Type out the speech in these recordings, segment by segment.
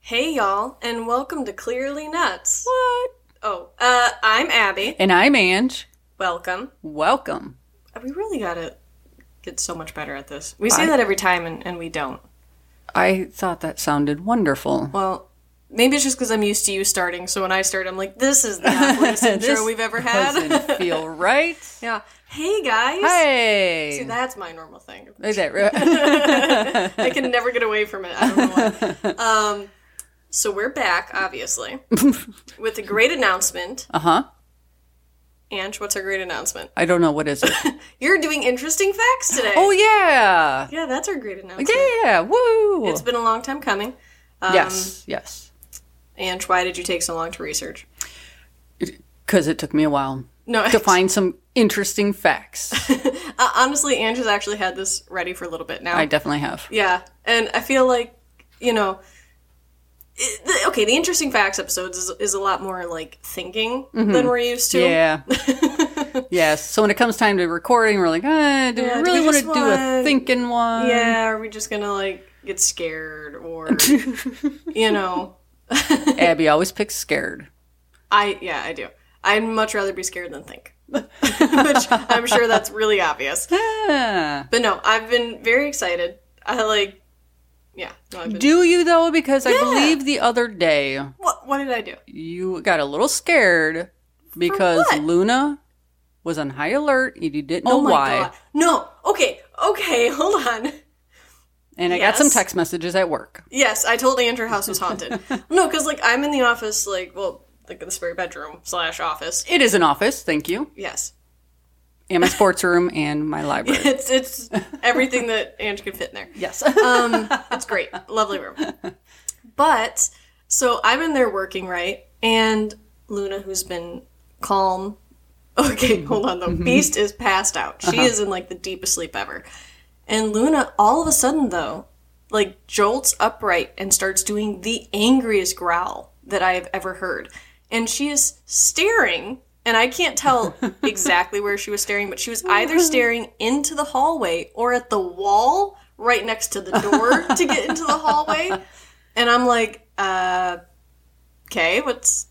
Hey y'all, and welcome to Clearly Nuts. What? Oh, uh, I'm Abby. And I'm Ange. Welcome. Welcome. We really gotta get so much better at this. We say that every time, and, and we don't. I thought that sounded wonderful. Well, maybe it's just because I'm used to you starting. So when I start, I'm like, this is the happiest intro we've ever had. Doesn't feel right. yeah. Hey guys. Hey. See, that's my normal thing. Is that right? I can never get away from it. I don't know why. Um, so we're back, obviously, with a great announcement. Uh huh. Ange, what's our great announcement? I don't know what is it. You're doing interesting facts today. Oh yeah. Yeah, that's our great announcement. Yeah. Woo. It's been a long time coming. Um, yes. Yes. And why did you take so long to research? Because it took me a while No, to find some interesting facts. uh, honestly, Andrew's actually had this ready for a little bit now. I definitely have. yeah, and I feel like you know, it, the, okay, the interesting facts episodes is, is a lot more like thinking than we're used to. Mm-hmm. Yeah. yes. So when it comes time to recording, we're like, ah, do Yeah, do we really we want to just do a want- thinking one? Yeah, are we just gonna like get scared or you know? Abby always picks scared. I yeah, I do. I'd much rather be scared than think. Which I'm sure that's really obvious. Ah. But no, I've been very excited. I like, yeah. No, I've been, Do you though? Because I believe the other day what, what did I do? you got a little scared because what? Oh Luna was on high alert and you didn't know why. No. Okay. Okay. Hold on. And I got some Yes. text messages at work. Yes, I totally entered house was haunted. no, because like I'm in the office, like well, like in the spare bedroom slash office. It is an office, thank you, Yes, and my sports room and my library. it's it's everything that Ange can fit in there. yes. Um, it's great, lovely room. But so I'm in there working right, and Luna, who's been calm. Okay, hold on though. Beast is passed out. She is in like the deepest sleep ever. And Luna, all of a sudden though, like jolts upright and starts doing the angriest growl that I have ever heard. And she is staring, and I can't tell exactly where she was staring, but she was either staring into the hallway or at the wall right next to the door to get into the hallway. And I'm like, uh, okay, what's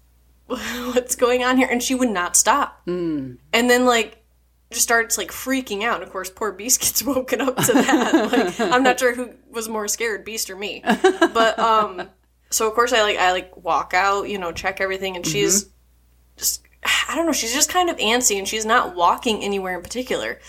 what's going on here? And she would not stop. Mm. And then like just starts like freaking out. And of course, poor Beast gets woken up to that. like, I'm not sure who was more scared, Beast or me. But um, so of course I like I like walk out, you know, check everything, and she's Mm-hmm. just I don't know, she's just kind of antsy, and she's not walking anywhere in particular.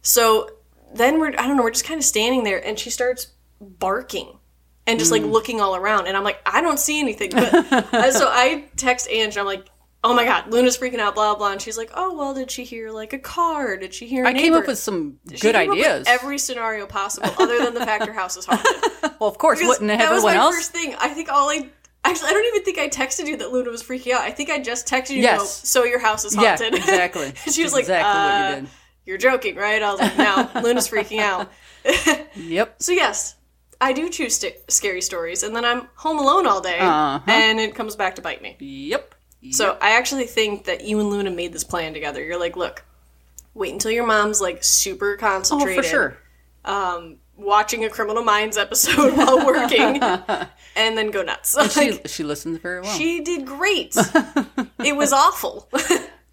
So then we're I don't know, we're just kind of standing there, and she starts barking and just Mm. like looking all around. And I'm like, I don't see anything. But uh, so I text Ange. I'm like, oh my god, Luna's freaking out, blah blah. And she's like, oh well, did she hear like a car? Did she hear? a I came neighbor?" up with some She good came up with ideas. every scenario possible, other than the fact her house is haunted. well, of course, wouldn't that was everyone my else? first thing. I think all I. Actually, I don't even think I texted you that Luna was freaking out. I think I just texted you, Yes. no, so your house is Yeah, haunted. exactly. and she was like, Exactly what you uh, you are joking, right? I was like, no, Luna's freaking out. Yep. So yes, I do choose st- scary stories, and then I'm home alone all day, Uh-huh. and it comes back to bite me. Yep. So I actually think that you and Luna made this plan together. You're like, look, wait until your mom's like super oh, concentrated, for sure. watching a Criminal Minds episode while working, and then go nuts. Like, she she listens very well. she did great. it was awful.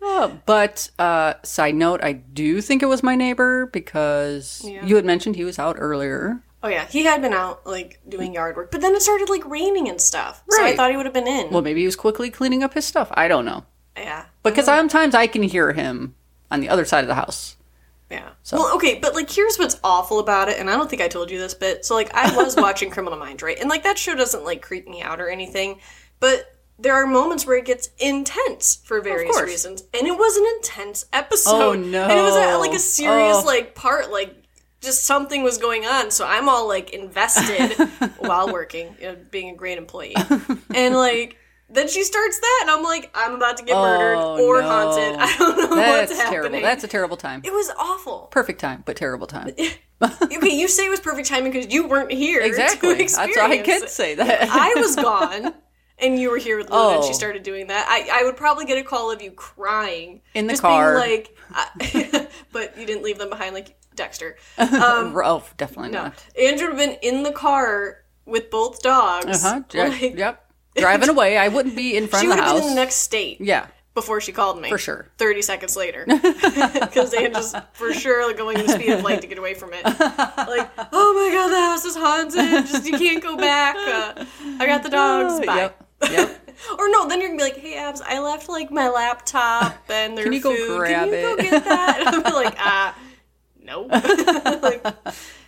Oh, but uh, side note, I do think it was my neighbor because you had mentioned he was out earlier. oh yeah, he had been out like doing yard work, but then it started like raining and stuff. So I Right. thought he would have been in. Well, maybe he was quickly cleaning up his stuff. I don't know yeah. because sometimes I can hear him on the other side of the house. Yeah. Well, okay, but like here's what's awful about it, and I don't think I told you this bit. So like I was watching Criminal Minds, right? And like that show doesn't like creep me out or anything, but there are moments where it gets intense for various course. reasons. And it was an intense episode. Oh, And it was a, no. like a serious Oh. like part like just something was going on, so I'm all like invested while working, you know, being a great employee. And like then she starts that and I'm like I'm about to get murdered Oh, or no. haunted. I don't know That's what's happening. terrible. That's a terrible time. it was awful Perfect time, but terrible time. okay, you say it was perfect timing because you weren't here. Exactly. To That's experience why I it. could say that. I was gone, and you were here with Luna, and she Oh. started doing that. I, I would probably get a call of you crying In the just car. being like, I, but you didn't leave Uh-huh. them behind like Dexter. Um, oh, definitely no, not. Andrew would have been in the car with both dogs. Uh huh. Like, yep. Driving away. I wouldn't be in front She of would the have house. been in the next state yeah. before she called me. For sure. 30 seconds later. Because they had just for sure going the speed of light to get away from it. Like, oh my god, the house is haunted. Just, you can't go back. Uh, I got the dogs. Uh, Bye. Yep. Yep. Or no, then you're gonna be like, "Hey, Abs, I left like my laptop and their Can you go food. grab Can you go it?" get that?" And I'm like, "Ah, no." like,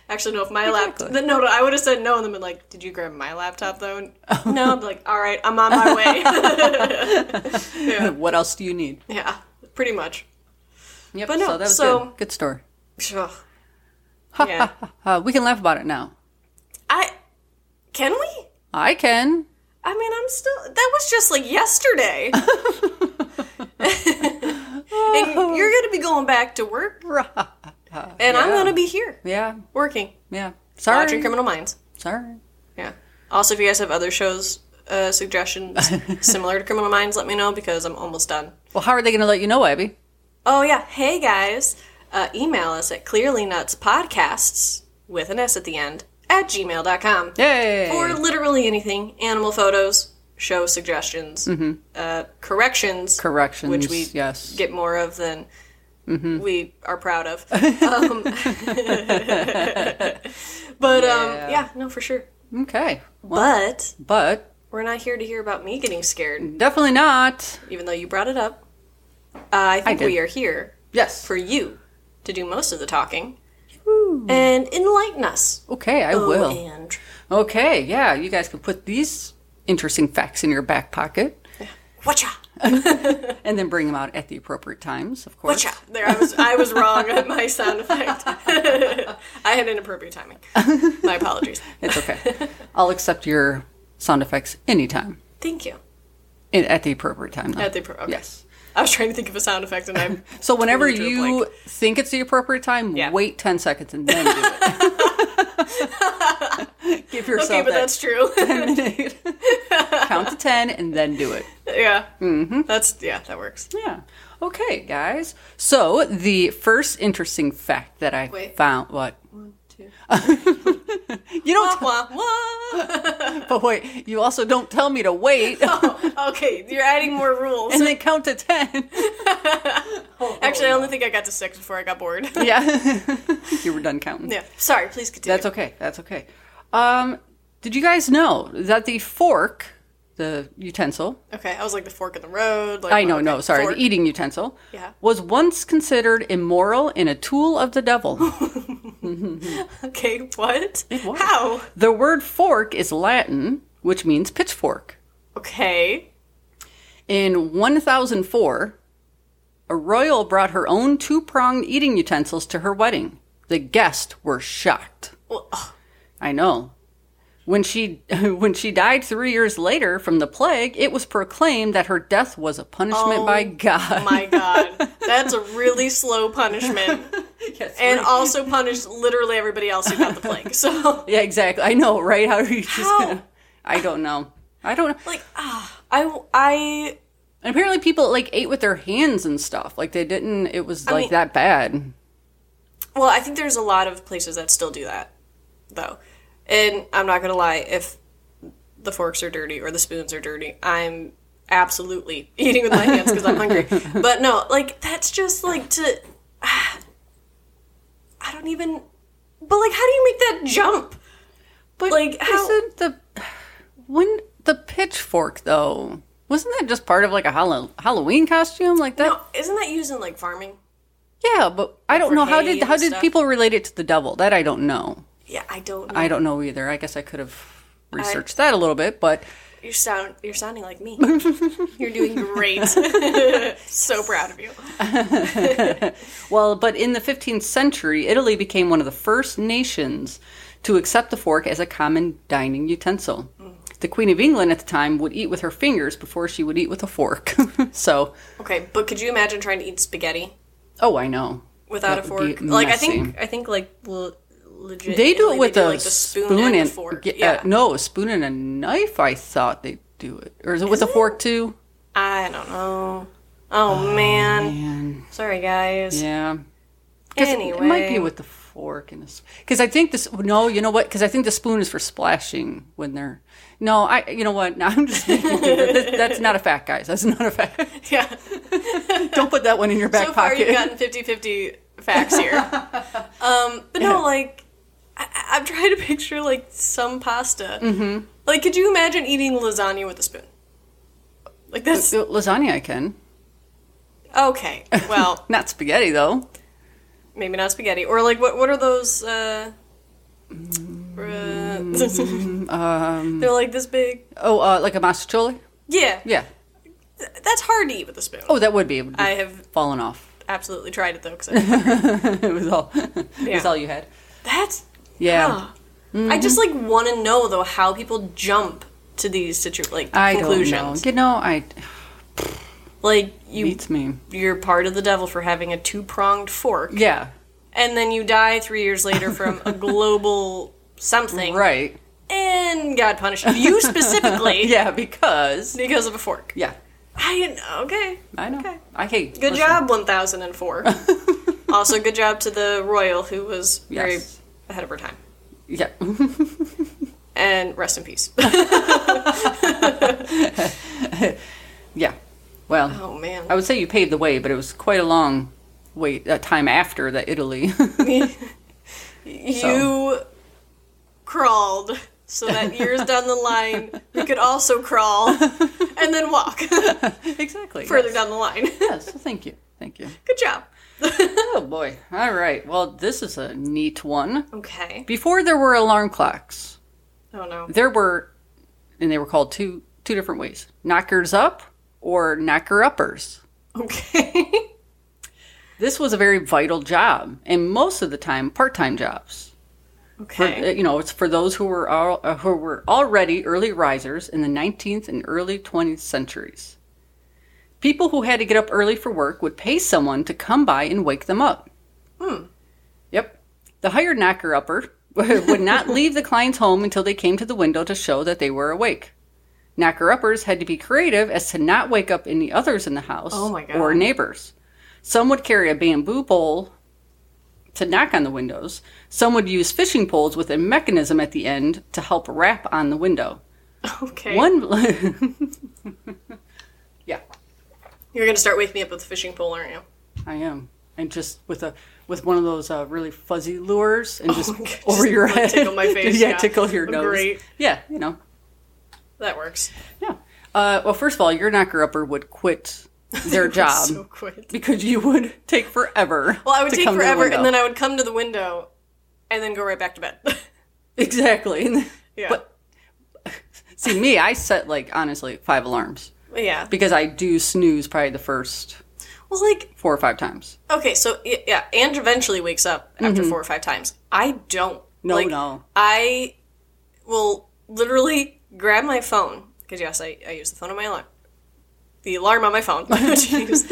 actually, no. If my laptop, Exactly. then no, no, I would have said no, and then been like, "Did you grab my laptop though?" And- no, I'm like, "All right, I'm on my way." yeah, what else do you need? yeah, pretty much. Yep. But no, so that was so- good. Good story. Ugh. yeah, Uh, we can laugh about it now. I can we? I can. I mean, I'm still. That was just like yesterday. and you're gonna be going back to work, and I'm Yeah. gonna be here. Yeah. working, Yeah. Sorry. watching Criminal Minds. Sorry. Yeah. Also, if you guys have other shows uh, suggestions similar to Criminal Minds, let me know because I'm almost done. Well, how are they going to let you know, Abby? Oh yeah, hey guys, uh, email us at clearlynutspodcasts with an S at the end at gmail.com Yay. or literally anything: animal photos, show suggestions, Mm-hmm. uh, corrections, Corrections. which we yes. get more of than Mm-hmm. we are proud of. Um, but yeah. Um, Yeah. yeah, no, for sure. okay. But But we're not here to hear about me getting scared, definitely not. even though you brought it up. Uh, I think did. we are here Yes. for you to do most of the talking and enlighten us. okay, I will. Oh, and Okay, yeah, you guys can put these interesting facts in your back pocket watcha, and then bring them out at the appropriate times, of course. watcha. There, I was, I was wrong on my sound effect. I had inappropriate timing. My apologies. It's okay. I'll accept your sound effects anytime Thank you. in, at the appropriate time. Though. At the appro- okay. Yes. I was trying to think of a sound effect, and I'm So whenever totally drew a you blank. think it's the appropriate time, Yeah. wait 10 seconds and then do it. Give yourself okay, but that that's true. 10 minute. Count to 10 and then do it. yeah, mm-hmm. that's yeah, that works. Yeah. Okay, guys. So the first interesting fact that I Wait. found what One, two. you don't Wah, wah. But wait, you also don't tell me to wait Oh, okay, you're adding more rules. and then count to 10. Actually, I only think I got to six before I got bored. yeah. you were done counting. yeah, sorry. Please continue. That's okay. That's okay. Um, did you guys know that the fork, the utensil, okay, I was like the fork in the road. Like, I know, okay, no, sorry, fork. the eating utensil, Yeah. was once considered immoral and a tool of the devil? okay, what? was. How? the word fork is Latin, which means pitchfork. Okay. In 1004, a royal brought her own two pronged eating utensils to her wedding. The guests were shocked. Well, ugh, I know. When she when she died 3 years later from the plague, it was proclaimed that her death was a punishment by God. Oh my God, that's a really slow punishment, Yes, and right. also punished literally everybody else who got the plague. So, yeah, exactly. I know, right? How are you just How? gonna I don't know. I don't know. like, ah, I, I And apparently people like ate with their hands and stuff. Like they didn't it was like mean- that bad. Well, I think there's a lot of places that still do that, though. And I'm not gonna lie, if the forks are dirty or the spoons are dirty, I'm absolutely eating with my hands because I'm hungry. But no, like that's just like to. I don't even. But like, how do you make that jump? But Like, how- isn't the when the pitchfork though? Wasn't that just part of like a Hall- Halloween costume like that? No, isn't that used in like farming? Yeah, but I don't for know how hay did how and did stuff. people relate it to the devil? That I don't know. Yeah, I don't. Know. I don't know either. I guess I could have researched that a little bit, but You're sound. You're sounding like me. you're doing great. so proud of you. well, but in the 15th century, Italy became one of the first nations to accept the fork as a common dining utensil. Mm. The Queen of England at the time would eat with her fingers before she would eat with a fork. so, Okay, but could you imagine trying to eat spaghetti? oh, I know. without a That would fork. be Like I messy. think I think like le- legit. They do like, it with do, a like, the spoon, spoon, and, and a fork. yeah, Yeah, uh, no, a spoon and a knife. I thought they do it, or is it with a fork too? I don't know. Oh man, Man, sorry guys. yeah. 'Cause it- Anyway, it might be with the fork and a because I think this. No, you know what? Because I think the spoon is for splashing when they're. No, I. You know what? No, I'm just. making- that- that's not a fact, guys. That's not a fact. Yeah. Don't put that one in your back so far pocket. you've gotten 50-50 facts here um, but Yeah. no like I- I- i'm trying to picture like some pasta mm-hmm. like could you imagine eating lasagna with a spoon like that's Lasagna, I can. okay well Not spaghetti though. maybe not spaghetti or like what what are those uh, uh, Um, they're like this big oh, uh, like a masticholi. yeah, Yeah. Th- that's hard to eat with a spoon Oh, that would be. It would be i have fallen off. absolutely tried it though because it was all. It was Yeah. all you had. that's Yeah. Ah. I just like want to know though how people jump to these situ- like I don't know. conclusions. You know, I Like you, beats me. you're part of the devil for having a two pronged fork, Yeah. and then you die three years later from a global something, Right. and God punishes you specifically Yeah, because because of a fork. yeah, I okay, I know. Okay. I hate. Good listen, job, one thousand and four. also, good job to the royal who was very Yes. ahead of her time. Yeah. And rest in peace. yeah. Well, oh man. I would say you paved the way, but it was quite a long wait uh, time after that Italy. You crawled so that years down the line you could also crawl and then walk exactly. further Yes. down the line. Yes. well, thank you. Thank you. Good job. Oh boy. All right. Well, this is a neat one. Okay. Before there were alarm clocks, Oh no. there were, and they were called two two different ways: knockers up or knocker uppers. Okay. This was a very vital job, and most of the time, part-time jobs. for, Okay. you know, it's for those who were all, uh, who were already early risers in the 19th and early 20th centuries. People who had to get up early for work would pay someone to come by and wake them up. Yep. The hired knocker upper would not leave the client's home until they came to the window to show that they were awake. Knocker uppers had to be creative as to not wake up any others in the house Oh my God. or neighbors. Some would carry a bamboo pole to knock on the windows. Some would use fishing poles with a mechanism at the end to help rap on the window. Okay. uh, One. yeah, You're gonna start waking me up with a fishing pole, aren't you? I am, and just with a with one of those uh, really fuzzy lures and just my God, Oh, over just, your like, head. tickle my face, yeah, yeah. tickle your nose. Great. Yeah, you know. That works. Yeah. Uh, well, first of all, your knocker upper would quit their job So quick. because you would take forever. Well, I would to take come to the forever, window. and then I would come to the window, and then go right back to bed. exactly. And then- Yeah. But see, me, I set like honestly five alarms. yeah. because I do snooze probably the first Well, like four or five times. Okay, so y- yeah, and eventually wakes up after four or five times. I don't. Mm-hmm. No, no. I will literally grab my phone because yes, I, I use the phone on my alarm, the alarm on my phone, to use,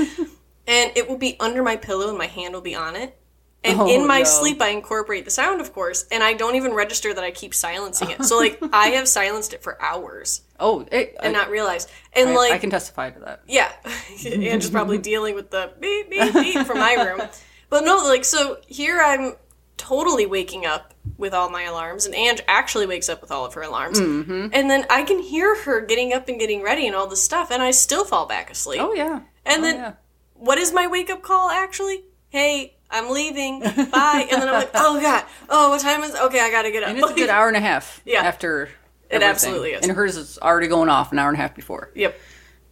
and it will be under my pillow and my hand will be on it. And Oh, in my no. sleep, I incorporate the sound, of course, and I don't even register that I keep silencing it. So like I have silenced it for hours Oh, it, and I, not realized. And I- like I can testify to that. yeah, and just probably dealing with the beep beep beep from my room. But no, like so here I'm totally waking up with all my alarms, and Ange actually wakes up with all of her alarms, Mm-hmm. and then I can hear her getting up and getting ready and all this stuff, and I still fall back asleep. Oh yeah, and Oh, then yeah. what is my wake up call actually? Hey, I'm leaving. Bye. And then I'm like, oh god, oh what time is? Okay, I gotta get up. and it's a good hour and a half. Yeah. after everything. absolutely is. And hers is already going off an hour and a half before. Yep.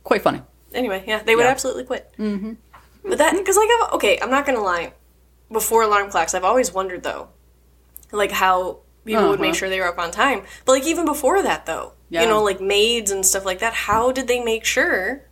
Quite funny. Anyway, yeah, they would Yeah. absolutely quit. Mm-hmm. But that because like I've, okay, I'm not gonna lie. Before alarm clocks, I've always wondered though, like how people would make Uh-huh. sure they were up on time. But like even before that though, Yeah. you know, like maids and stuff like that. How did they make sure?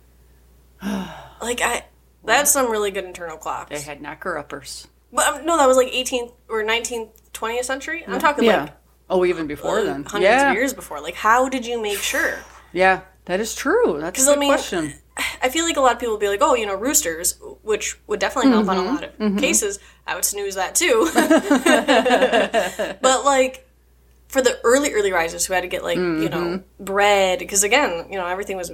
like I, that's some really good internal They clocks. had knocker uppers. But um, no, that was like 18th or 19th, 20th century. I'm talking like oh, even before then. Uh, hundreds yeah. of years before. Like how did you make sure? Yeah. That is true. That's a 'Cause, I good mean, question. I feel like a lot of people would be like, oh, you know, roosters, which would definitely help Mm-hmm. on a lot of cases. I would snooze that too. but like for the early, early risers who had to get like, you know, Mm-hmm. bread, because again, you know, everything was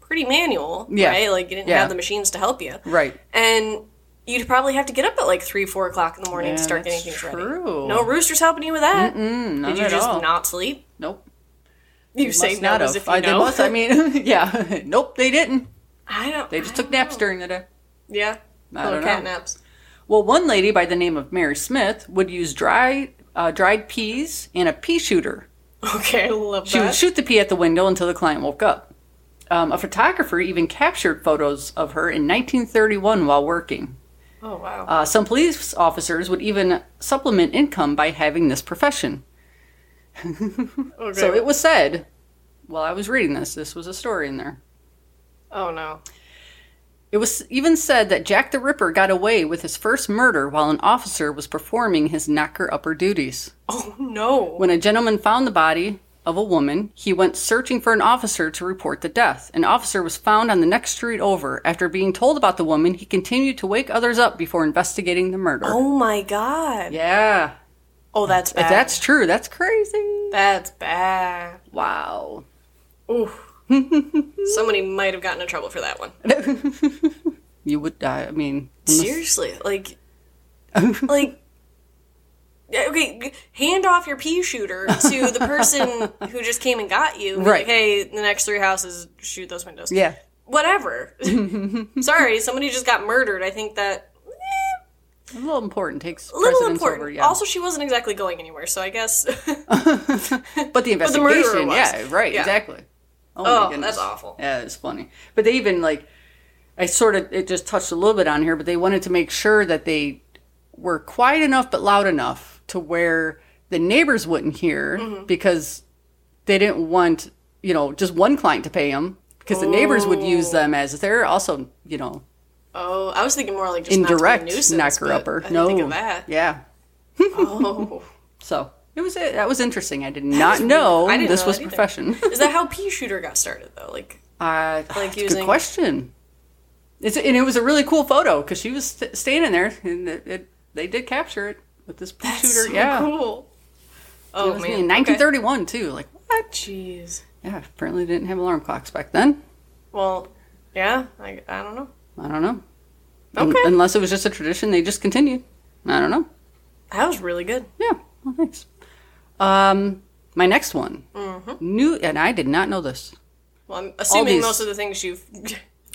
pretty manual, Yeah. right? Like you didn't Yeah. have the machines to help you. Right. And you'd probably have to get up at like three, four o'clock in the morning to Yeah, start that's getting things true. ready. No roosters helping you with that. Mm, not Did you at just all. not sleep? Nope. You say Must no not as have. if you I, know. They must, I mean, yeah. nope, they didn't. I don't. They just I took don't naps know. during the day. Yeah, I little don't cat know. naps. Well, one lady by the name of Mary Smith would use dry, uh, dried peas and a pea shooter. Okay, I love She that. would shoot the pea at the window until the client woke up. Um, a photographer even captured photos of her in 1931 while working. oh wow. Uh, some police officers would even supplement income by having this profession. okay. So it was said, while I was reading this, this was a story in there. oh no. It was even said that Jack the Ripper got away with his first murder while an officer was performing his knocker upper duties. Oh no. When a gentleman found the body of a woman, he went searching for an officer to report the death. An officer was found on the next street over. After being told about the woman, he continued to wake others up before investigating the murder. Oh my god. Yeah. Oh, that's If bad. that's true, that's crazy. that's bad. Wow. Ooh. Somebody might have gotten in trouble for that one. You would die. I mean, unless- Seriously, like, like, yeah, okay, g- hand off your pea shooter to the person who just came and got you. Right. Right. Like, hey, the next three houses, shoot those windows. yeah. Whatever. Sorry, somebody just got murdered. I think that eh, A little important takes a little precedence important. over, yeah. Also, she wasn't exactly going anywhere, so I guess. But the the investigation, murderer was. yeah, right, Yeah. exactly. Oh, that's awful. Yeah, it's funny. But they even like, I sort of it just touched a little bit on here, but they wanted to make sure that they were quiet enough but loud enough to where the neighbors wouldn't hear Mm-hmm. because they didn't want you know just one client to pay them because the neighbors would use them as they're also you know oh, I was thinking more like just indirect not to be a nuisance, knocker but I upper. didn't No, think of that. yeah. Oh, So it was that was interesting. I did not know I didn't this know was that either. profession. is that how pea shooter got started though? Like, Uh, Like that's a using- good question. It's and it was a really cool photo because she was st- standing there and it, it, they did capture it with this pea that's shooter. so yeah, cool. It Oh was man, in Okay. 1931 too. Like what? Jeez. Yeah, apparently they didn't have alarm clocks back then. Well, yeah, I, I don't know. I don't know. Un- Okay. unless it was just a tradition, they just continued. I don't know. That was really good. Yeah. Well, thanks. Um, my next one. Mm-hmm. New and I did not know this. Well, I'm assuming these- most of the things you've.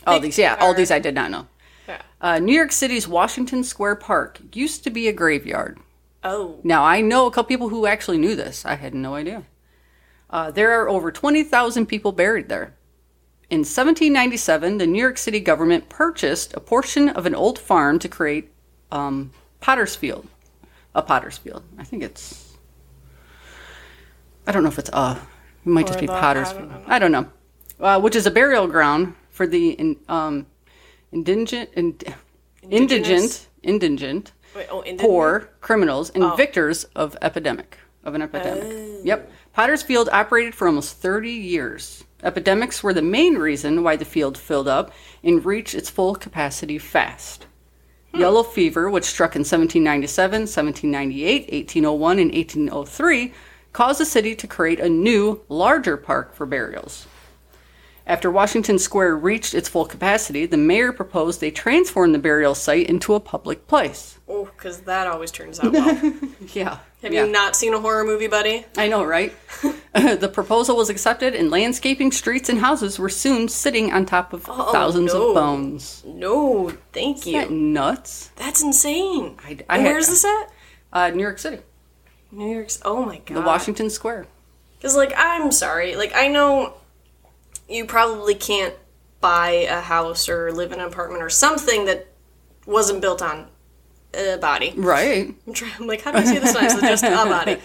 All these, yeah, all Alright. these I did not know. Yeah. Uh, New York City's Washington Square Park used to be a graveyard. Oh. Now, I know a couple people who actually knew this. I had no idea. Uh, there are over 20,000 people buried there. In 1797, the New York City government purchased a portion of an old farm to create um, Potter's Field. A Potter's Field. I think it's. I don't know if it's uh. It might just Or be the- Potter's I don't Field. I don't know. Uh, which is a burial ground for the in, um, indigent, ind, indigent, Indigenous? indigent, Wait, oh, indigent? poor criminals and victors of epidemic of an epidemic. Yep. Potter's Field operated for almost 30 years. Epidemics were the main reason why the field filled up and reached its full capacity fast. Yellow fever, which struck in 1797, 1798, 1801, and 1803, caused the city to create a new, larger park for burials. After Washington Square reached its full capacity, the mayor proposed they transform the burial site into a public place. Oh, because that always turns out well. Have Yeah. you not seen a horror movie, buddy? I know, right? the proposal was accepted, and landscaping, streets, and houses were soon sitting on top of thousands Oh, no. of bones. No, thank you. Isn't that nuts? That's insane. I- I and had- where's this at? Uh, New York City, New York's. Oh my god. the Washington Square. Because, like, I'm sorry. Like, I know you probably can't buy a house or live in an apartment or something that wasn't built on a body. Mm. Right. I'm, trying, I'm like, how do I say this nice? Just a body.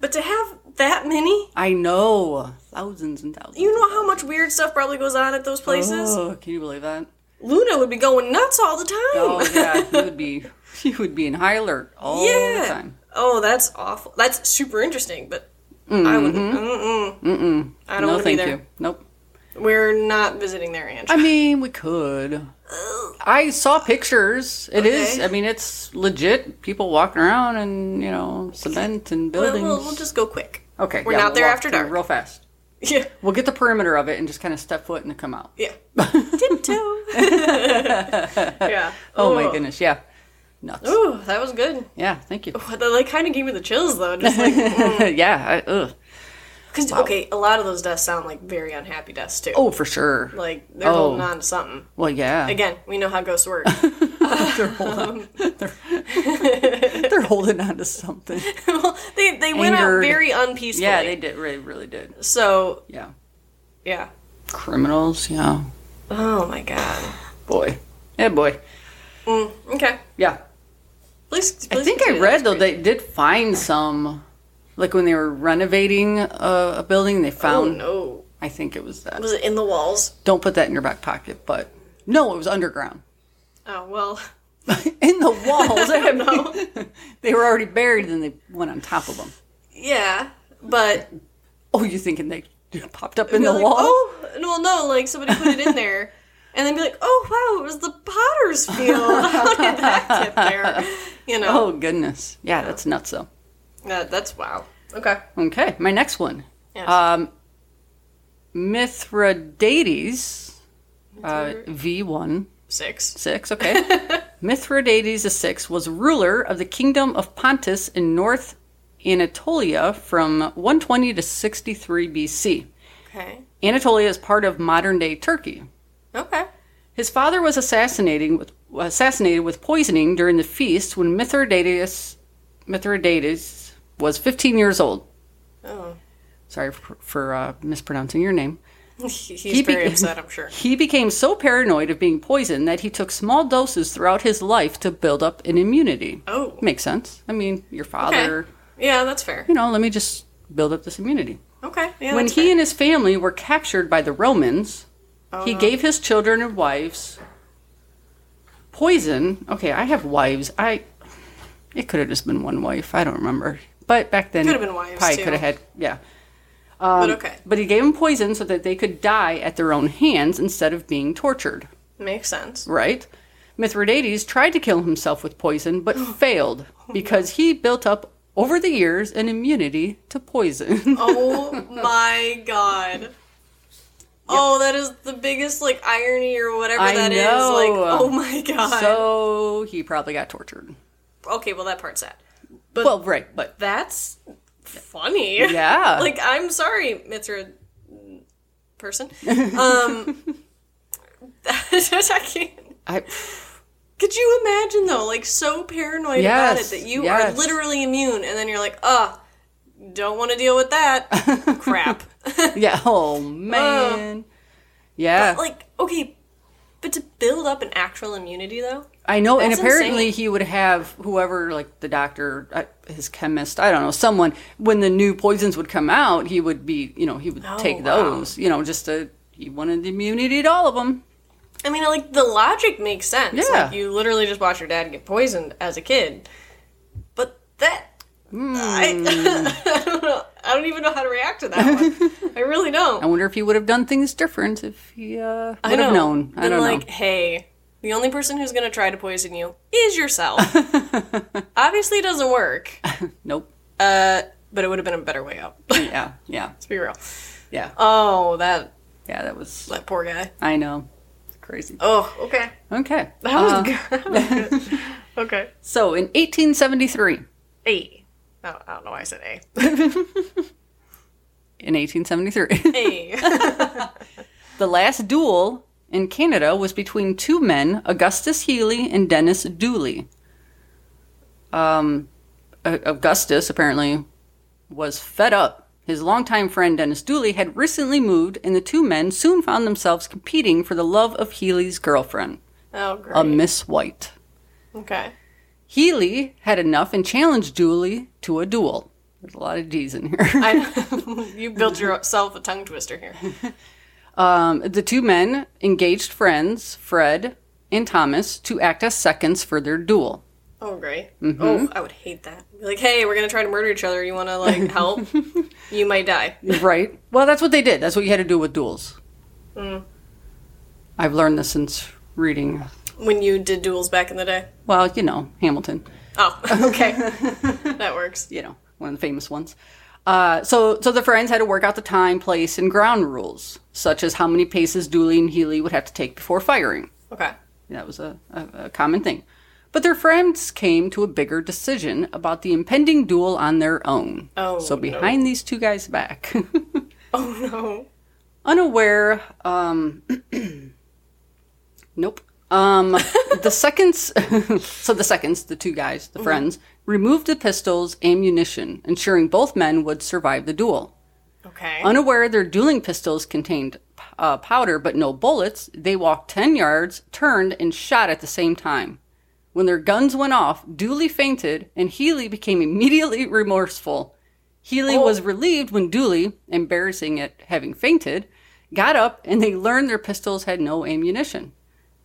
But to have that many, I know. Thousands and thousands. you know how much weird stuff probably goes on at those places? Oh, can you believe that? Luna would be going nuts all the time. Oh yeah, he would be. He would be in high alert all the yeah. time. Oh, that's awful. That's super interesting, but I wouldn't. Mm-mm. Mm-mm. I don't Mm-hmm. want no, to be thank there. you. Nope. We're not visiting there, Ange. I mean, we could. I saw pictures. It is. Okay. I mean, it's legit. People walking around and you know cement and We'll, buildings. Oh. we'll, we'll just go quick. Okay. We're yeah, not we'll there walk after through dark. Real fast. Yeah. We'll get the perimeter of it and just kind of step foot and come out. Yeah. Tiptoe. yeah. Oh, my goodness, yeah, nuts. Ooh, that was good. Yeah, thank you. But that like kind of gave me the chills though. Just like yeah, I, ugh. because okay, a lot of those deaths sound like very unhappy deaths too. oh for sure. Like they're Oh. holding on to something. Well, yeah, Again, we know how ghosts work. they're holding, they're, they're holding on to something. well, they they went out Angered. very unpeacefully. Yeah, they did. Really, really did. So Yeah, yeah. criminals. Yeah, Oh my god. boy. Yeah, boy. Mm, okay. Yeah. Please, I please think I continue. read though That's they did find some, like when they were renovating uh, a, a building, they great. found. Oh I think it was that. no. Was it in the walls? Don't put that in your back pocket, but no, it was underground. Oh well. in the walls. I don't mean, they were already buried, and they went on top of them. Yeah, but Oh, you thinking they popped up in be the like, wall? Oh, well, no, like somebody put it in there, and then be like, "Oh wow, it was the Potter's Field. How did that get there?" You know, Oh, goodness. Yeah, that's nuts, though. that, that's wow. Okay, Okay, my next one. Yes. Um, Mithridates, uh, V1, six. 6, okay. Mithridates the sixth was ruler of the kingdom of Pontus in North Anatolia from 120 to 63 BC. Okay, Anatolia is part of modern day Turkey. okay. His father was assassinating with assassinated with poisoning during the feast when Mithridates Mithridates was 15 years old. Oh, Sorry for, for uh, mispronouncing your name. he's He be- very upset. I'm sure. He became so paranoid of being poisoned that he took small doses throughout his life to build up an immunity. Oh. makes sense. I mean, your Okay. father. Yeah, that's fair. You know, let me just build up this immunity. Okay. Yeah, when that's he fair. Oh, and his family were captured by the Romans, he gave his children and wives poison. Okay, I have wives. I it could have just been one wife. I don't remember. But back then, Could have been wives, Probably too. could have had yeah. Um, but okay, But he gave them poison so that they could die at their own hands instead of being tortured. makes sense. Right? Mithridates tried to kill himself with poison, but failed because he built up over the years an immunity to poison. Oh my god. Oh, that is the biggest like irony or whatever I that is. know. Like, oh my god. so he probably got tortured. okay, well that part's sad. But Well, right, but That's funny. Yeah. like I'm sorry, Mitra person. Um I can't. I, Could you imagine though, like so paranoid Yes, about it that you yes. are literally immune and then you're like, uh, don't want to deal with that. Crap. yeah. Oh man. yeah. like, okay, but to build up an actual immunity though? I know. And that's apparently, insane. he would have whoever, like the doctor, uh, his chemist, I don't know, someone. When the new poisons would come out, he would be, you know, he would Oh, take wow. those. You know, just to he wanted immunity to all of them. I mean, like the logic makes sense. Yeah. Like you literally just watch your dad get poisoned as a kid. But that I, Hmm. I don't know. I don't even know how to react to that one. I really I don't. wonder if he would have done things different if he uh, would have known. I Been don't like, know. hey, the only person who's going to try to poison you is yourself. Obviously, it doesn't work. Nope. Uh, but it would have been a better way out. Let's Yeah. Yeah. be real. Yeah. Oh, that Yeah. That was. that poor guy. I know. Crazy. Oh, okay. Okay. That was Uh, good. okay. so in 1873. A. I don't, I don't know why I said A. In 1873. A. The last duel in Canada was between two men, Augustus Healy and Dennis Dooley. Um, A- Augustus apparently was fed up. His longtime friend Dennis Dooley had recently moved, and the two men soon found themselves competing for the love of Healy's girlfriend, oh, great. a Miss White. okay. Healy had enough and challenged Dooley to a duel. There's a lot of D's in here. I, you built yourself a tongue twister here. Um, the two men engaged friends, Fred and Thomas, to act as seconds for their duel. Oh, great. Mm-hmm. Oh, I would hate that. Be Like, hey, we're going to try to murder each other. You want to, like, help? you might die. Right? Well, that's what they did. That's what you had to do with duels. I've learned this since reading, When you did duels back in the day. well, you know, Hamilton, Oh, okay. that works. you know, one of the famous ones. Uh, so, so the friends had to work out the time, place, and ground rules, such as how many paces Dooley and Healy would have to take before firing. Okay. That was a, a, a common thing. But their friends came to a bigger decision about the impending duel on their own. Oh, so no. behind these two guys' back, Oh no. unaware, um, nope. Um, the seconds, so the seconds, the two guys, Mm-hmm. the friends, removed the pistols, ammunition, ensuring both men would survive the duel. Okay. Unaware their dueling pistols contained uh, powder but no bullets, they walked 10 yards, turned, and shot at the same time. When their guns went off, Dooley fainted, and Healy became immediately remorseful. Healy was relieved when Dooley, embarrassing at having fainted, got up and they learned their pistols had no ammunition.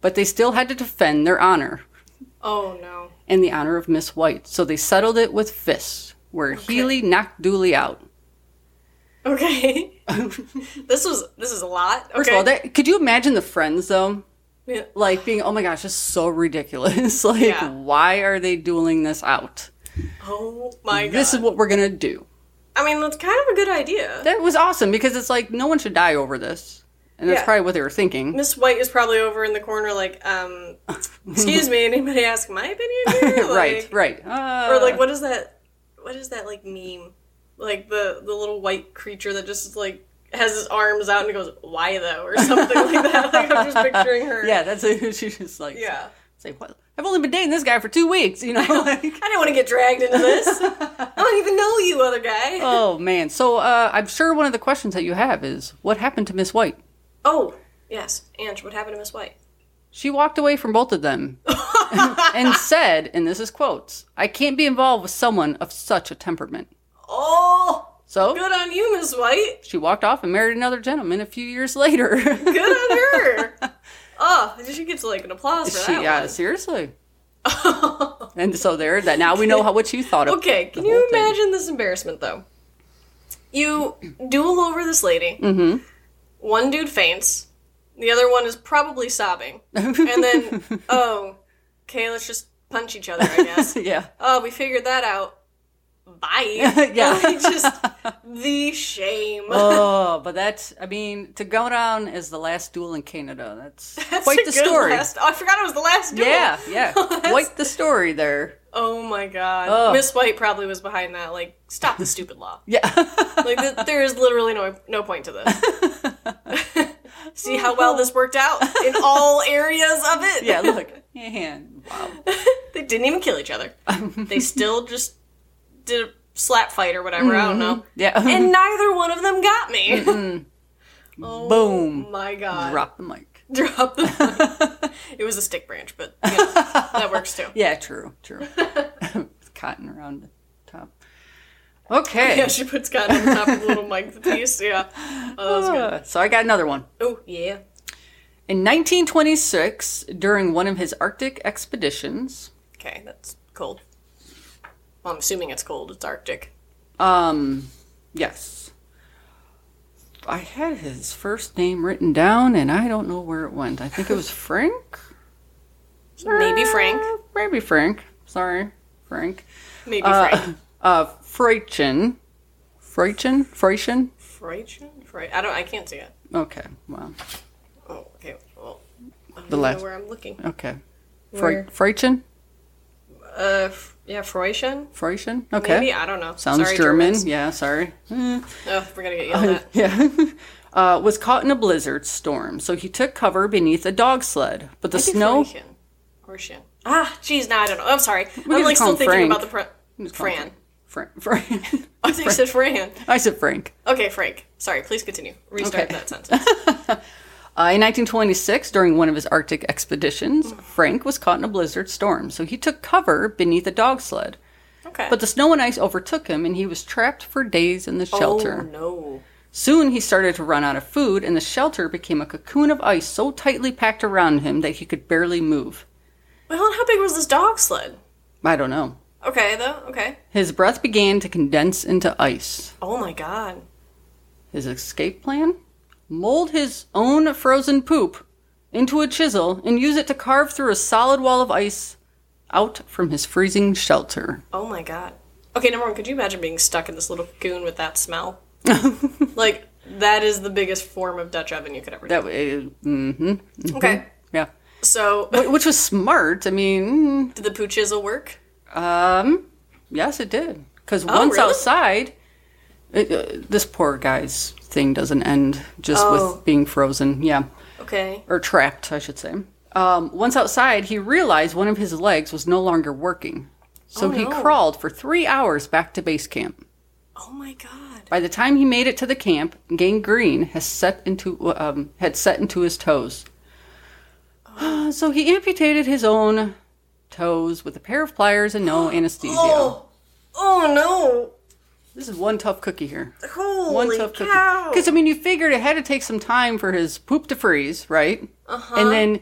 But they still had to defend their honor oh no. and the honor of Miss White, so they settled it with fists, where Healy knocked Dooley out. Okay. this was this is a lot. Okay. First of all, that, could you imagine the friends though? Yeah. like being oh my gosh this is so ridiculous like Yeah. why are they dueling this out Oh my god. this is what we're gonna do I mean, that's kind of a good idea. that was awesome because it's like no one should die over this and that's Yeah. probably what they were thinking Miss White is probably over in the corner, like, um, excuse me, anybody ask my opinion here? Like, right right uh, Or like, what is that? What is that like meme? Like the the little white creature that just like has his arms out and goes, "Why though?" or something like that. Like I'm just picturing her. Uh, yeah that's it she's just like Yeah. say what i've only been dating this guy for two weeks you know like I didn't want to get dragged into this. I don't even know you, other guy. oh man so uh, i'm sure one of the questions that you have is what happened to miss white oh yes, Ange. What happened to Miss White? She walked away from both of them and said, and this is quotes, I can't be involved with someone of such a temperament. Oh, So good on you, Miss White. she walked off and married another gentleman a few years later. Good on her. oh, she gets like an applause for she, that. yeah, one. seriously. and so there, that now we know how, what you thought of. Okay, the can you whole thing. imagine this embarrassment though? You duel over this lady. Mm-hmm. One dude faints. The other one is probably sobbing. And then, oh, okay, let's just punch each other, I guess. Yeah. Oh, we figured that out. Bye. Yeah. Like, just the shame. Oh, but that's, I mean, to go down as the last duel in Canada, that's, That's quite a the good story. last- oh, I forgot it was the last duel. yeah, yeah. quite the story there. Oh my god. Ugh. Miss White probably was behind that. Like, stop the stupid law. Yeah. Like th- there is literally no no point to this. See how well this worked out in all areas of it. yeah, look. Yeah. Wow. they didn't even kill each other. They still just did a slap fight or whatever. I don't know. Yeah. And neither one of them got me. Oh Boom. My God. Drop, Drop the mic. the. it was a stick branch, but you know, that works too. Yeah, true, true. With cotton around the top. Okay. Yeah, she puts cotton on top of the little mic piece. Yeah. Oh, that was good. Uh, so I got another one. Oh yeah. In 1926, during one of his Arctic expeditions, Okay, that's cold. Well, I'm assuming it's cold. It's Arctic. um, yes, I had his first name written down, and I don't know where it went. I think it was Frank. Maybe Frank. Uh, maybe Frank. Sorry, Frank. Maybe Uh, Frank. uh, Freichen. Freichen? Freichen? Freichen? Fre- I don't. I can't see it. Okay, well, Oh, okay. Well, I don't The know last- where I'm looking. okay. Where? Fre- Freichen? Uh, f- yeah, Freichen. Freichen? Okay. Maybe I don't know. Sounds Sorry, German. Germans. Yeah, sorry. Eh, Oh, we're gonna get yelled at. yeah. Uh, was caught in a blizzard storm, so he took cover beneath a dog sled. But the Maybe snow. Freichen. Freichen. Ah, jeez. Now I don't know. I'm sorry. can I'm like just still call him thinking Frank. about the pre- Just call him Fran. Frank. Frank. I think you said Fran. I said Frank. Okay, Frank. Sorry. Please continue. Restart Okay. that sentence. Uh, in 1926, during one of his Arctic expeditions, Frank was caught in a blizzard storm, so he took cover beneath a dog sled. Okay. But the snow and ice overtook him, and he was trapped for days in the shelter. Oh no. Soon he started to run out of food, and the shelter became a cocoon of ice so tightly packed around him that he could barely move. Well, how big was this dog sled? I don't know. Okay, though. Okay. His breath began to condense into ice. Oh my God. His escape plan? Mold his own frozen poop into a chisel and use it to carve through a solid wall of ice out from his freezing shelter. Oh my God. Okay, number one, could you imagine being stuck in this little cocoon with that smell? like that is the biggest form of Dutch oven you could ever do. That w- uh, mhm. Okay, yeah, so Wh- which was smart. I mean, did the poo chisel work? um, yes, it did. Because once Oh, really? outside, it, uh, this poor guy's thing doesn't end just Oh. with being frozen. Yeah, Okay, or trapped, I should say. Um, once outside, he realized one of his legs was no longer working. So Oh, he no. crawled for three hours back to base camp. oh my god, By the time he made it to the camp, gangrene has set into um, had set into his toes. so he amputated his own toes with a pair of pliers and no anesthesia. oh, oh no, This is one tough cookie here. holy One tough cookie. cow! Because I mean, you figured it had to take some time for his poop to freeze, right? Uh-huh. And then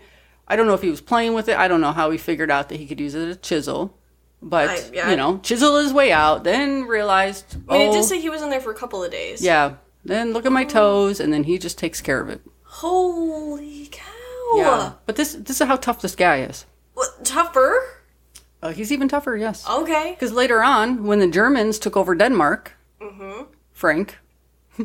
I don't know if he was playing with it. I don't know how he figured out that he could use it as a chisel, but I- yeah. you know, chisel his way out. Then I realized, mean, it Oh. oh, did say he was in there for a couple of days. yeah. Then look at my toes, and then he just takes care of it. Holy cow! Yeah. But this this is how tough this guy is. What, tougher? Uh, he's even tougher, Oh. yes. Okay. Because later on, when the Germans took over Denmark, Mm-hmm. Frank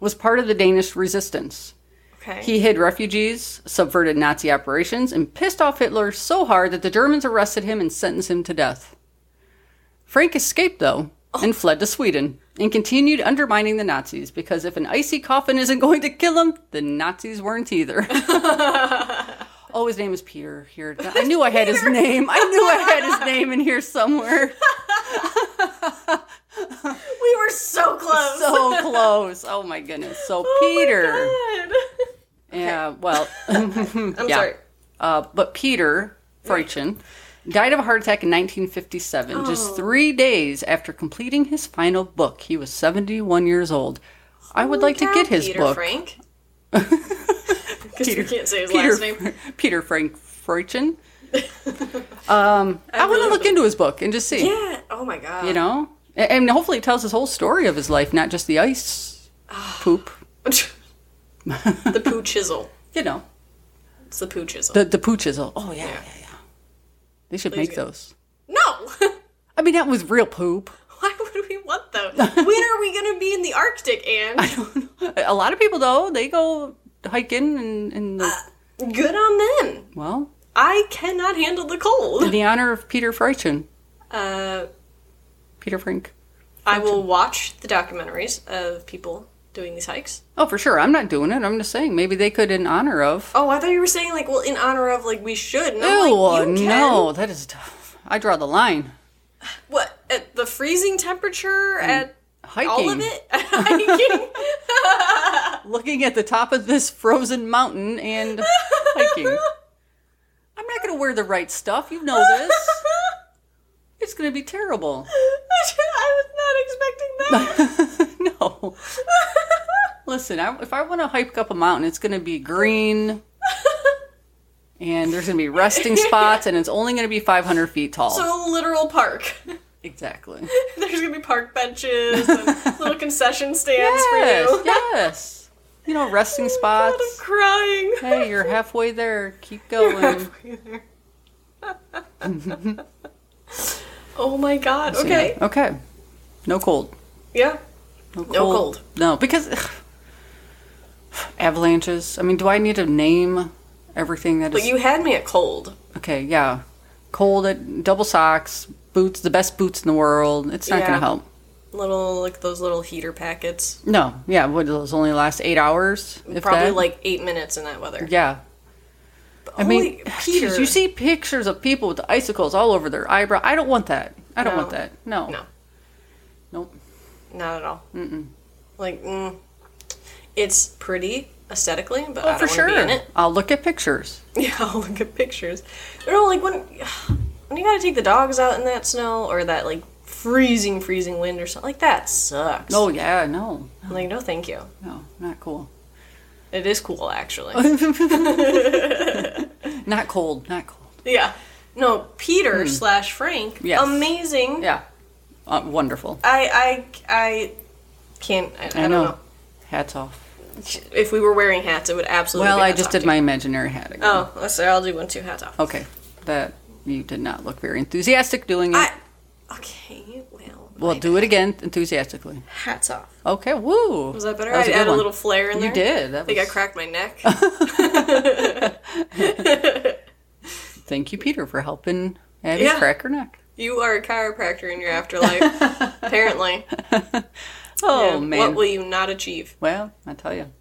was part of the Danish resistance. Okay. He hid refugees, subverted Nazi operations, and pissed off Hitler so hard that the Germans arrested him and sentenced him to death. Frank escaped, though, and fled to Sweden and continued undermining the Nazis because if an icy coffin isn't going to kill him, the Nazis weren't either. oh, his name is Peter. Here, I knew I had his name. I knew I had his name in here somewhere. we were so close. So close. Oh my goodness. So Peter. Yeah. Well. Oh I'm Yeah. sorry. Uh, but Peter Freuchen died of a heart attack in 1957, Oh. just three days after completing his final book. He was 71 years old. I would like to Cow, get his Peter book. Frank. Because we can't say his Peter, last name. Peter Frank Freuchen. um, I, want to really look into his book and just see, Yeah. Oh my god. you know, A- and hopefully it tells his whole story of his life, not just the ice Ah. poop. the poo chisel. You know, It's the poo chisel. the the poo chisel. Oh yeah, yeah, Yeah. yeah. They should make do. those. no. I mean, that was real poop. Why would we want those? when are we gonna be in the Arctic? And A lot of people though, they go hiking and, and the, Uh, good on them. well, I cannot handle the in cold. the honor of Peter Freichen, Uh, Peter Frank. I will watch the documentaries of people doing these hikes. Oh, for sure. I'm not doing it. I'm just saying maybe they could in honor of. Oh, I thought you were saying like, well, in honor of like we should. And I'm Oh like, you can. no, that is tough. I draw the line. What at the freezing temperature Mm. at Hiking, all of it hiking? looking at the top of this frozen mountain and hiking. I'm not gonna wear the right stuff. You know this. It's gonna be terrible. I was not expecting that. no. Listen, I, if I want to hike up a mountain, it's going to be green. And there's going to be resting spots, and it's only going to be 500 feet tall. So a literal park. exactly. There's gonna be park benches and little concession stands Yes, for you. yes. You know, resting God, I'm spots. crying. Hey, you're halfway there. Keep going. oh my god. Okay. Yeah, Okay. No cold. Yeah. No cold. cold. No, because ugh, avalanches. I mean, do I need to name everything that is But you had me at cold. Okay, yeah. Cold, uh, double socks, boots, the best boots in the world. It's not going Yeah. to help. Little like those little heater packets. No, yeah. What, those only last eight hours? If Probably that? like eight minutes in that weather. Yeah. I mean, Holy Peter. geez, you see pictures of people with the icicles all over their eyebrow. I don't want that. I don't No. want that. No. No, Nope. not at all. Mm-mm. Like, mm, it's pretty aesthetically, but I don't Oh, for want to sure. be in it. I'll look at pictures. Yeah, I'll look at pictures. You know, like when when you gotta take the dogs out in that snow or that like freezing, freezing wind or something like that sucks. Oh, yeah. No. I'm like no, thank you. No. Not cool. It is cool actually. Not cold. Not cold. yeah, no, Peter slash Frank, Hmm. Yes. amazing. Yeah. Uh, wonderful. I I I can't. I, I, I, don't know. know. Hats off. If we were wearing hats, it would absolutely. Well, be I hats just off did to Oh. my imaginary hat again. you. Oh, let's say I'll do one two hats off. Okay, that you did not look very enthusiastic doing it. I okay, well, Well, do it again enthusiastically. Hats off. Okay, woo. Was that better? was I a good added a one. little flair in there. You did. That I think I was- cracked my neck. Thank you, Peter, for helping Abby Yeah. crack her neck. you are a chiropractor in your afterlife, apparently. Oh Yeah. man. Uh, What will you not achieve? well, I tell you,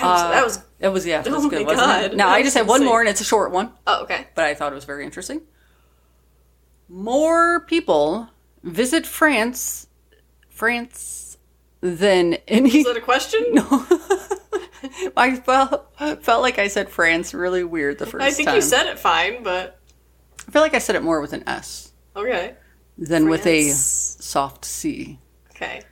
That was. that was it was yeah, it was Oh good, my wasn't it? God. Now I just had one Insane. more, and it's a short one, oh, okay. but I thought it was very interesting. More people visit France, France, than any Is that a question? I felt felt like I said France really weird the first I think time. you said it fine, but I feel like I said it more with an S okay. than with a France. soft C. Okay.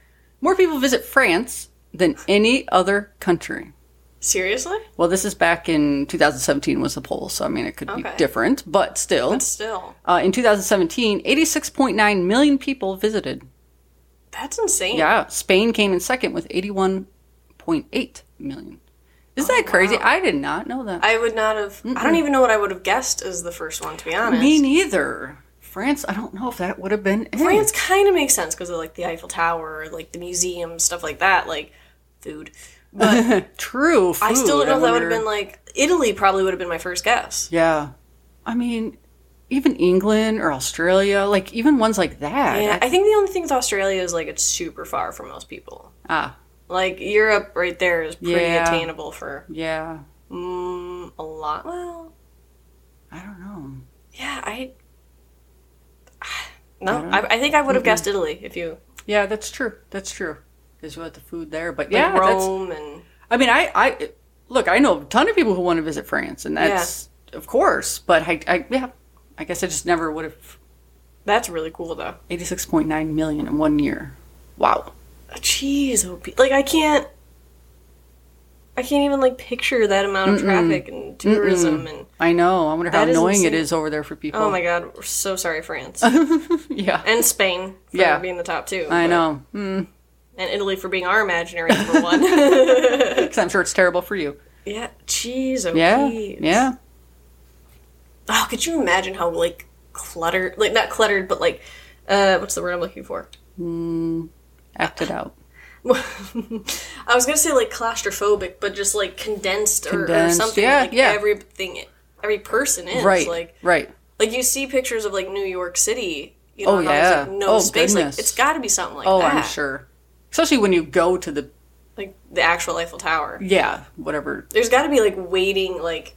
More people visit France than any other country. Seriously? Well, this is back in 2017 was the poll, so I mean it could be Okay. different, but still. Still. uh, in 2017, 86.9 million people visited. That's insane. Yeah, Spain came in second with 81.8 million. Isn't Oh, that crazy? I did not know that. I would not have. I don't even know what I would have guessed as the first one, to be honest. Me neither. France, I don't know if that would have been it. France kind of makes sense because of like the Eiffel Tower, or, like the museum, stuff like that, like food. True. Food. I still don't know if that would wonder- have been like Italy. Probably would have been my first guess. Yeah. I mean, even England or Australia, like even ones like that. Yeah, I- I think the only thing with Australia is like it's super far for most people. ah, Like Europe, right there is pretty Yeah. attainable for yeah. mm, a lot. Well, I don't know. yeah, I. No, I, I think I would have guessed Italy if you Yeah, that's true. That's true. Is about the food there, but like yeah, that's. Rome and I mean, I, I look. I know a ton of people who want to visit France, and that's of course. But I, I, yeah, I guess I just never would have. that's really cool though. Eighty-six point nine million in one year. Wow. Jeez, OP. Like I can't I can't even like picture that amount of traffic and tourism and I know. I wonder how That is annoying it insane. is over there for people. oh my god, we're so sorry France. yeah. and Spain for Yeah. being the top two. I but- know. Hmm. Because And Italy for being our imaginary number one. I'm sure it's terrible for you. yeah. Jeez, oh Yeah. geez. Yeah. Oh, could you imagine how like cluttered like not cluttered, but like uh what's the word I'm looking for? Hmm. Act it out. I was gonna say like claustrophobic, but just like condensed, or- or, Condensed, something. yeah, like yeah. Everything, every person is Right. Like right. Like you see pictures of like New York City, you know, Oh, and there's, yeah. like, no Oh, space. goodness. Like it's got to be something like Oh, that. I'm sure. Especially when you go to the Like the actual Eiffel Tower. yeah whatever There's got to be like waiting, like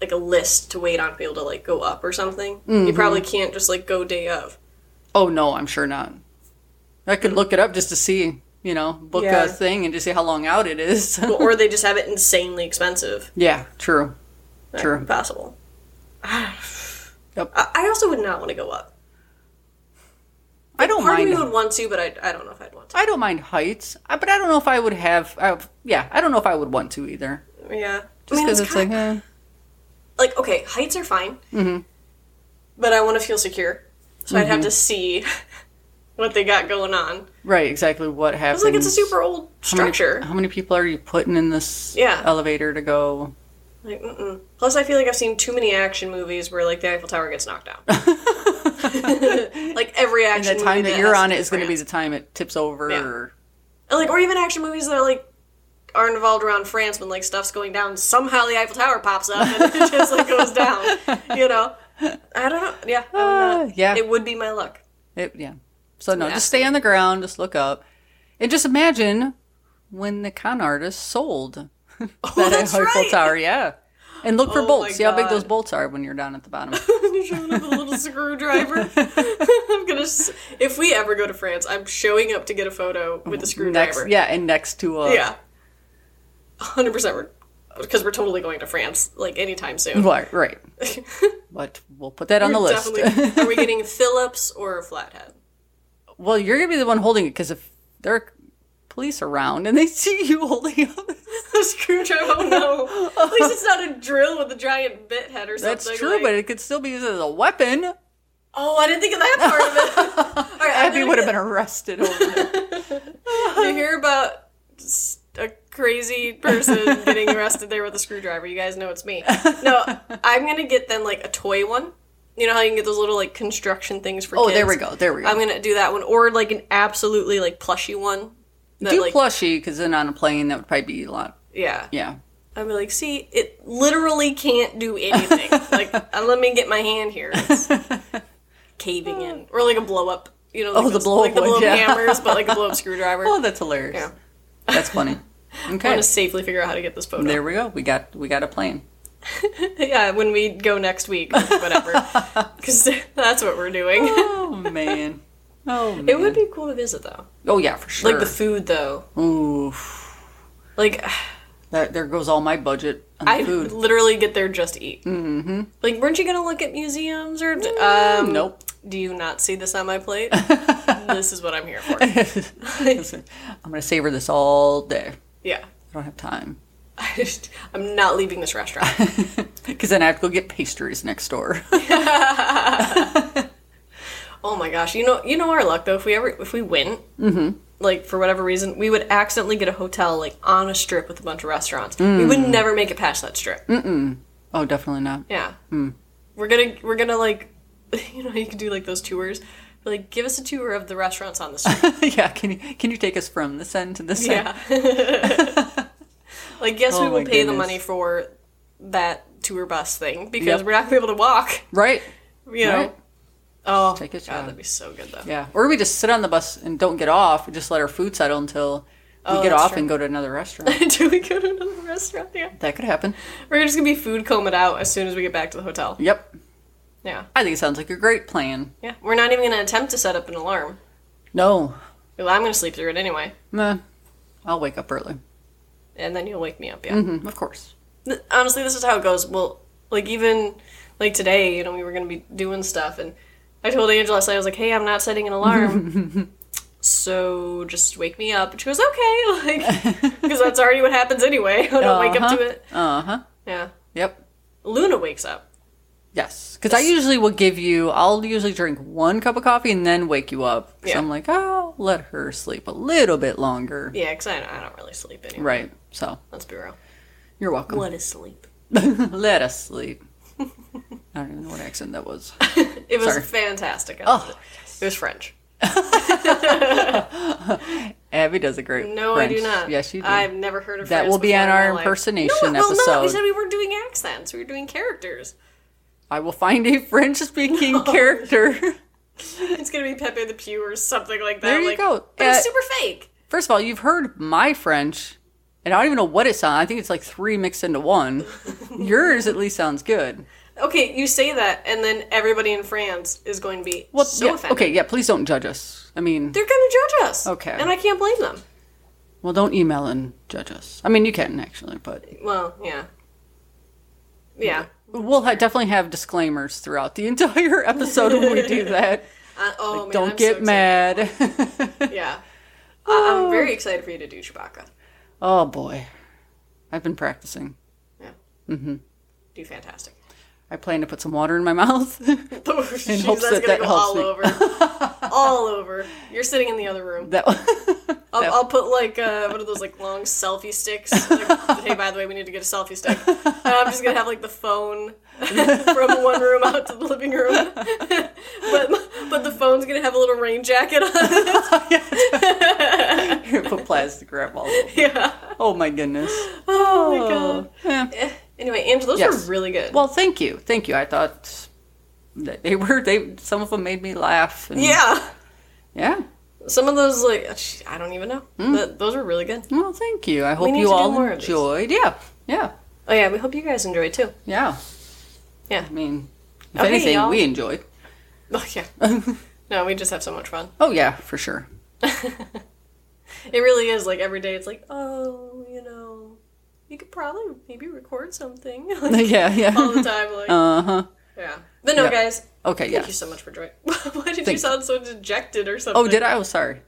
like a list to wait on to be able to like go up or something. You Mm-hmm. probably can't just like go day of. Oh no, I'm sure not. I could look it up just to see, you know, book Yeah. a thing and just see how long out it is. or they just have it insanely expensive. yeah, true. Not True. Possible. Yep. I I also would not want to go up. I don't Part of me mind. would want to, but I, I don't know if I'd want to. I don't mind heights, I- but I don't know if I would have. I, yeah, I don't know if I would want to either. Yeah. Just because it's, like, Mm-hmm. kinda- eh. like okay, heights are fine, but I want to feel secure, so I'd Mm-hmm. have to see what they got going on. right, exactly what happens. It's like it's a super old How many- structure. How many people are you putting in this Yeah. elevator to go? Like, mm-mm. plus I feel like I've seen too many action movies where like the Eiffel Tower gets knocked down. like every And action the time movie that you're has on it is going to be France. the time it tips over. Yeah. Or, And, like or even action movies that are like are involved around France when like stuff's going down. Somehow the Eiffel Tower pops up and it just like goes down. You know, I don't know. Yeah, I would Ah, not. yeah. it would be my luck. it, yeah. So no, Yeah. just stay on the ground, just look up, and just imagine when the con artist sold Oh, that Eiffel right. Tower, yeah. And look for Oh my bolts. See how big those God. bolts are when you're down at the bottom. showing up with a little screwdriver. I'm gonna. s- If we ever go to France, I'm showing up to get a photo with a next, screwdriver. yeah, and next to a yeah, hundred percent. Because we're totally going to France like anytime soon. Right, right. but we'll put that on the We're list. definitely- are we getting Phillips or a flathead? well, you're gonna be the one holding it because if there are police around and they see you holding up, A screwdriver? Oh no! At least it's not a drill with a giant bit head or something. that's true. like- but it could still be used as a weapon. oh, I didn't think of that part of it. All right, I'm Abby gonna would have get- been arrested. Over there. you hear about s- a crazy person getting arrested there with a screwdriver. You guys know it's me. No, I'm gonna get them like a toy one. You know how you can get those little like construction things for Oh, kids? there we go. There we go. I'm gonna do that one, or like an absolutely like plushy one. That do like plushy because then on a plane that would probably be a lot. yeah. Yeah. I'd be like, see, it literally can't do anything. like, uh, let me get my hand here. It's caving in, or like a blow up. You know, like Oh, the those- blow-up like the one, blow up yeah. hammers, but like a blow up screwdriver. Oh, that's hilarious. Yeah. That's funny. I Okay. want to safely figure out how to get this photo. There we go. We got we got a plane. yeah, when we go next week, or whatever, because that's what we're doing. Oh man. Oh man. It would be cool to visit though. Oh yeah, for sure. Like the food though. Oof. Like That, there goes all my budget on the I food. literally get there just to eat. Mm-hmm. Like, weren't you gonna look at museums or? d- um, Nope. Do you not see this on my plate? this is what I'm here for. Listen, I'm gonna savor this all day. Yeah. I don't have time I just, I'm not leaving this restaurant. because then I have to go get pastries next door. Oh my gosh, you know, you know our luck though. If we ever, if we win, Mm-hmm. like for whatever reason, we would accidentally get a hotel like on a strip with a bunch of restaurants. We Mm. would never make it past that strip. oh, definitely not. Yeah, Hmm. we're gonna, we're gonna like, you know, how you can do like those tours. Like, give us a tour of the restaurants on the strip. yeah. Can you can you take us from this end to this end? Yeah. like, yes, we Oh will my pay the goodness. money for that tour bus thing because Yep. we're not gonna be able to walk. Right. You know. Right. Oh, Take it, God, yeah. that'd be so good though. Yeah. Or we just sit on the bus and don't get off. We just let our food settle until we Oh, get that's off true. and go to another restaurant. Until we go to another restaurant, yeah. that could happen. We're just gonna be food combed out as soon as we get back to the hotel. Yep. Yeah. I think it sounds like a great plan. Yeah. We're not even gonna attempt to set up an alarm. No. Well, I'm gonna sleep through it anyway. Meh. I'll wake up early. And then you'll wake me up, yeah. Mm, of course. Th- Honestly, this is how it goes. Well, like even like today, you know, we were gonna be doing stuff and I told Angela last night, I was like, Hey, I'm not setting an alarm. so just wake me up. And she goes, Okay, like because that's already what happens anyway. I don't wake up to it. Uh huh. Yeah. Yep. Luna wakes up. Yes, because I usually will give you. I'll usually drink one cup of coffee and then wake you up. 'Cause Yeah. I'm like, oh, let her sleep a little bit longer. Yeah, because I, I don't really sleep anyway. Right. So Let's be real. you're welcome. What is sleep? let us sleep. I don't even know what accent that was. It was Sorry. fantastic. I Oh, loved it. it was French. Abby does a great. No, I do French. not. Yes, you do. I've never heard of. That France will be before on in our my life. impersonation no, well, No, we episode. said we weren't doing accents. We were doing characters. I will find a French-speaking character. It's gonna be Pepe the Pew or something like that. There you like, go. But it's Uh, super fake. First of all, you've heard my French, and I don't even know what it sounds. I think it's like three mixed into one. Yours at least sounds good. Okay, you say that, and then everybody in France is going to be Well, so yeah, offended. okay, yeah. Please don't judge us. I mean, They're gonna judge us. Okay. And I can't blame them. Well, don't email and judge us. I mean, you can actually, but Well, yeah. Yeah. we'll ha- definitely have disclaimers throughout the entire episode when we do that. Uh, oh man, don't I'm so get excited. mad. Yeah. I- I'm very excited for you to do Chewbacca. oh boy, I've been practicing. Yeah. Mm-hmm. Do fantastic. I plan to put some water in my mouth. Oh, jeez, hopes that's gonna that that go helps all me. over, all over. You're sitting in the other room. that I'll, I'll put like uh, one of those like long selfie sticks. Like, hey, by the way, we need to get a selfie stick. And I'm just gonna have like the phone from one room out to the living room, but but the phone's gonna have a little rain jacket on. put plastic wrap all over. yeah. Oh my goodness. Oh my god. Yeah. Eh, Anyway, Angela, those Yes. were really good. Well, thank you, thank you. I thought that they were. They some of them made me laugh. and- yeah. Yeah. Some of those like uh, I don't even know. Th- those were really good. Well, thank you. I hope need you to do all more of these. enjoyed. Yeah. Yeah. Oh yeah, we hope you guys enjoyed too. Yeah. Yeah. I mean, if Okay, anything, y'all. we enjoyed. Oh yeah. no, we just have so much fun. Oh yeah, for sure. It really is like every day. It's like, oh, you know, you could probably maybe record something like, yeah, all the yeah. time. Like, Uh huh. yeah. But no, yeah. guys, Okay, thank yeah. you so much for joining. Why did you Thank- sound so dejected or something? Oh, did I? Oh, sorry.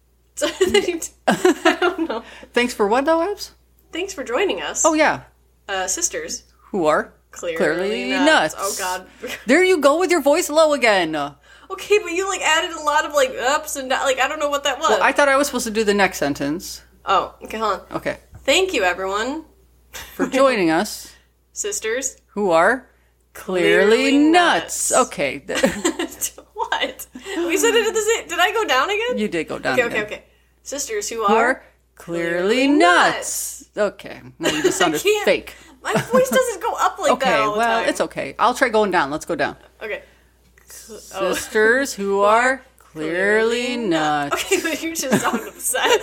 I don't know. Thanks for what though, Abs? Thanks for joining us, Oh yeah. uh, sisters. Who are? Clearly, nuts. nuts. Oh God. Uh, There you go with your voice low again. Well, Okay, but you like added a lot of like ups and downs. Like I don't know what that was. I thought I was supposed to do the next sentence. oh, okay, hold on. Okay. Thank you, everyone, For joining us, sisters. who are Clearly, Clearly nuts. nuts. Okay, what? We said it at the same. Did I go down again? you did go down. okay, again. okay, okay. Sisters who Or are. clearly nuts. Okay, now you just sounded can't- fake. My voice doesn't go up like Okay, that all the well, time. it's okay. I'll try going down. Let's go down. okay. Oh. Sisters who are clearly nuts. Okay, but you just sound upset.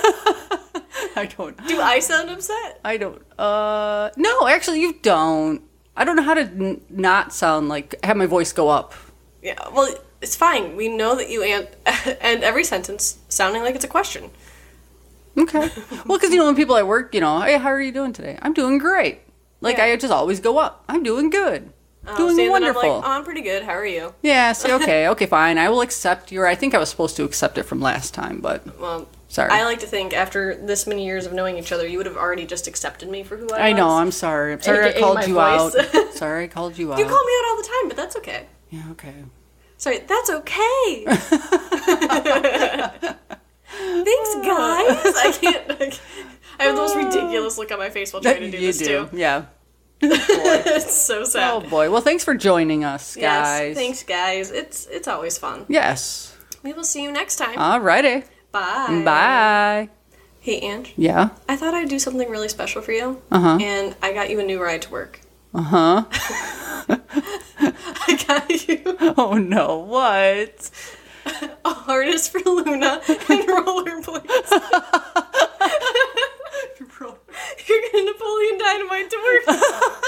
I don't. Do I sound upset? I don't. Uh, no, actually, you don't. I don't know how to n- not sound like have my voice go up. Yeah. Well, it's fine. We know that you and end every sentence sounding like it's a question. Okay. well, because you know when people at work, you know, hey, how are you doing today? I'm doing great. Like Yeah. I just always go up. I'm doing good. doing saying that wonderful. Um, I'm like, oh, I'm pretty good. How are you? Yeah, see, okay, okay, fine. I will accept your. I think I was supposed to accept it from last time, but Well, Sorry. Um, I like to think after this many years of knowing each other, you would have already just accepted me for who I, I was. know. I'm sorry. I'm sorry I AKA called my you voice. out. Sorry I called you out. You call me out all the time, but that's okay. yeah, okay. Sorry, that's okay. Thanks, Ah. guys. I can't. I, can't- I have the most ridiculous look on my face while trying to do you this do. too. Yeah. it's so sad. Oh boy. Well, thanks for joining us, guys. Yes, thanks, guys. It's it's always fun. Yes. We will see you next time. Alrighty. Bye. Ah. Bye. Hey, Ange. Yeah. I thought I'd do something really special for you, Uh-huh. and I got you a new ride to work. Uh huh. I got you Oh no. What? a harness for Luna and rollerblades. You're getting Napoleon Dynamite to work. Oh,